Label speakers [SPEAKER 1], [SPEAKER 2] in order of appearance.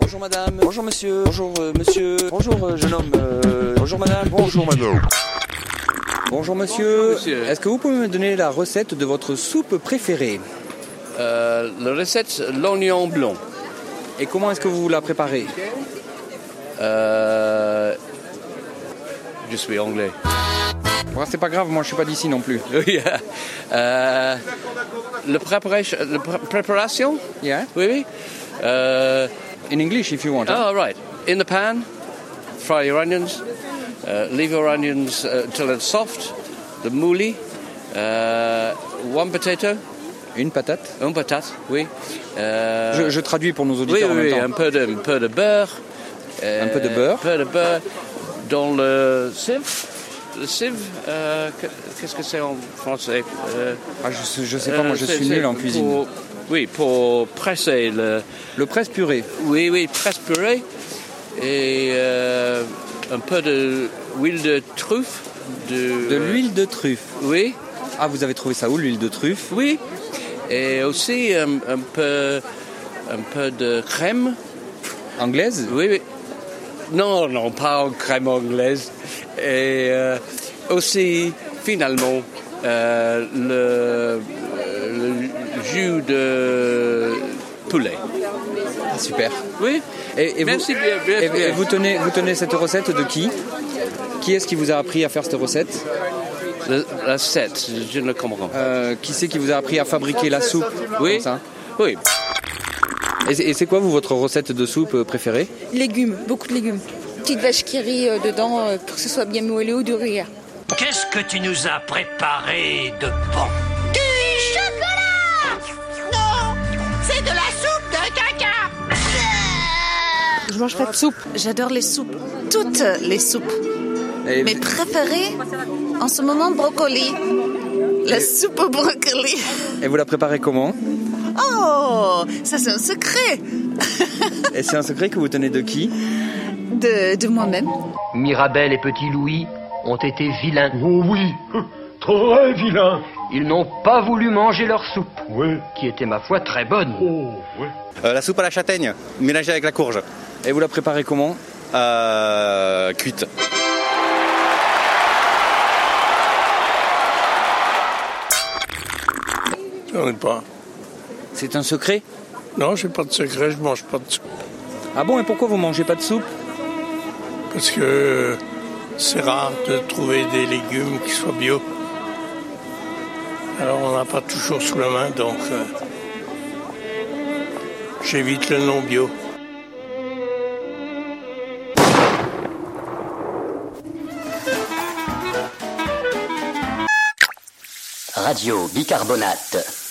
[SPEAKER 1] Bonjour madame. Bonjour monsieur. Bonjour euh, monsieur. Bonjour euh, jeune homme. Euh, bonjour madame. Bonjour madame. Bonjour monsieur.
[SPEAKER 2] monsieur.
[SPEAKER 1] Est-ce que vous pouvez me donner la recette de votre soupe préférée
[SPEAKER 2] Euh, la recette, l'oignon blanc.
[SPEAKER 1] Et comment est-ce que vous la préparez
[SPEAKER 2] Euh, je suis anglais.
[SPEAKER 1] Bon, C'est pas grave, moi je suis pas d'ici non plus.
[SPEAKER 2] Oui. Euh, le préparation, le pré- préparation?
[SPEAKER 1] Yeah?
[SPEAKER 2] Oui, oui. Euh,
[SPEAKER 1] In English if you want.
[SPEAKER 2] oh, right. In the pan, fry your onions. Uh, leave your onions uh, till it's soft. The mouli. Uh, one potato,
[SPEAKER 1] Une patate.
[SPEAKER 2] une patate, oui. Euh,
[SPEAKER 1] Je, je traduis pour nos
[SPEAKER 2] Oui,
[SPEAKER 1] auditeurs en
[SPEAKER 2] oui,
[SPEAKER 1] même
[SPEAKER 2] un
[SPEAKER 1] temps.
[SPEAKER 2] peu de, un peu de beurre.
[SPEAKER 1] Un
[SPEAKER 2] Euh,
[SPEAKER 1] peu de beurre.
[SPEAKER 2] Un peu de beurre dans le sieve. Le sieve, euh, que- qu'est-ce que c'est en français Euh,
[SPEAKER 1] Ah, je, sais- je sais pas, moi je
[SPEAKER 2] euh, c'est-
[SPEAKER 1] suis nul
[SPEAKER 2] c'est
[SPEAKER 1] en cuisine.
[SPEAKER 2] pour- oui, pour presser le.
[SPEAKER 1] Le presse purée.
[SPEAKER 2] Oui, oui, presse purée. Et euh, un peu de huile de truffe. De,
[SPEAKER 1] De l'huile de truffe.
[SPEAKER 2] Oui,
[SPEAKER 1] Ah, vous avez trouvé ça où l'huile de truffe
[SPEAKER 2] oui. Et aussi euh, un, peu, un peu de crème.
[SPEAKER 1] Anglaise
[SPEAKER 2] Oui, oui. Non, non, pas en crème anglaise. Et euh, aussi, finalement, euh, le, le jus de poulet.
[SPEAKER 1] Ah, super.
[SPEAKER 2] Oui,
[SPEAKER 1] Et, et
[SPEAKER 2] Merci
[SPEAKER 1] vous,
[SPEAKER 2] bien,
[SPEAKER 1] et-
[SPEAKER 2] merci
[SPEAKER 1] et
[SPEAKER 2] bien.
[SPEAKER 1] vous tenez, vous tenez cette recette de qui Qui est-ce qui vous a appris à faire cette recette
[SPEAKER 2] le- la 7, je ne comprends pas.
[SPEAKER 1] Euh, Qui c'est qui vous a appris à fabriquer la soupe
[SPEAKER 2] Oui,
[SPEAKER 1] comme ça
[SPEAKER 2] oui.
[SPEAKER 1] Et, c'est- et c'est quoi vous votre recette de soupe euh, préférée
[SPEAKER 3] Légumes, beaucoup de légumes. Petite vache qui rit euh, dedans euh, pour que ce soit bien moelleux ou de rire.
[SPEAKER 4] Qu'est-ce que tu nous as préparé de bon
[SPEAKER 5] Du chocolat Non C'est de la soupe de caca
[SPEAKER 6] Je mange pas de soupe. J'adore les soupes. Toutes les soupes.
[SPEAKER 1] Et-
[SPEAKER 6] Mes préférées, en ce moment, brocoli. La soupe au brocoli.
[SPEAKER 1] Et vous la préparez comment
[SPEAKER 6] Oh, ça c'est un secret
[SPEAKER 1] Et c'est un secret que vous tenez de qui
[SPEAKER 6] de, de moi-même.
[SPEAKER 7] Mirabel et Petit Louis ont été vilains.
[SPEAKER 8] Oh oui, très vilain.
[SPEAKER 7] Ils n'ont pas voulu manger leur soupe,
[SPEAKER 8] Oui.
[SPEAKER 7] qui était ma foi très bonne.
[SPEAKER 8] Oh oui.
[SPEAKER 9] Euh, la soupe à la châtaigne, mélangée avec la courge,
[SPEAKER 1] Et vous la préparez comment
[SPEAKER 9] euh, cuite.
[SPEAKER 10] J'en ai pas.
[SPEAKER 1] C'est un secret
[SPEAKER 10] Non, j'ai pas de secret, je mange pas de soupe.
[SPEAKER 1] Ah bon Et pourquoi vous mangez pas de soupe
[SPEAKER 10] Parce que euh, c'est rare de trouver des légumes qui soient bio. Alors on n'a pas toujours sous la main, donc euh, j'évite le non bio.
[SPEAKER 4] Radio Bicarbonate.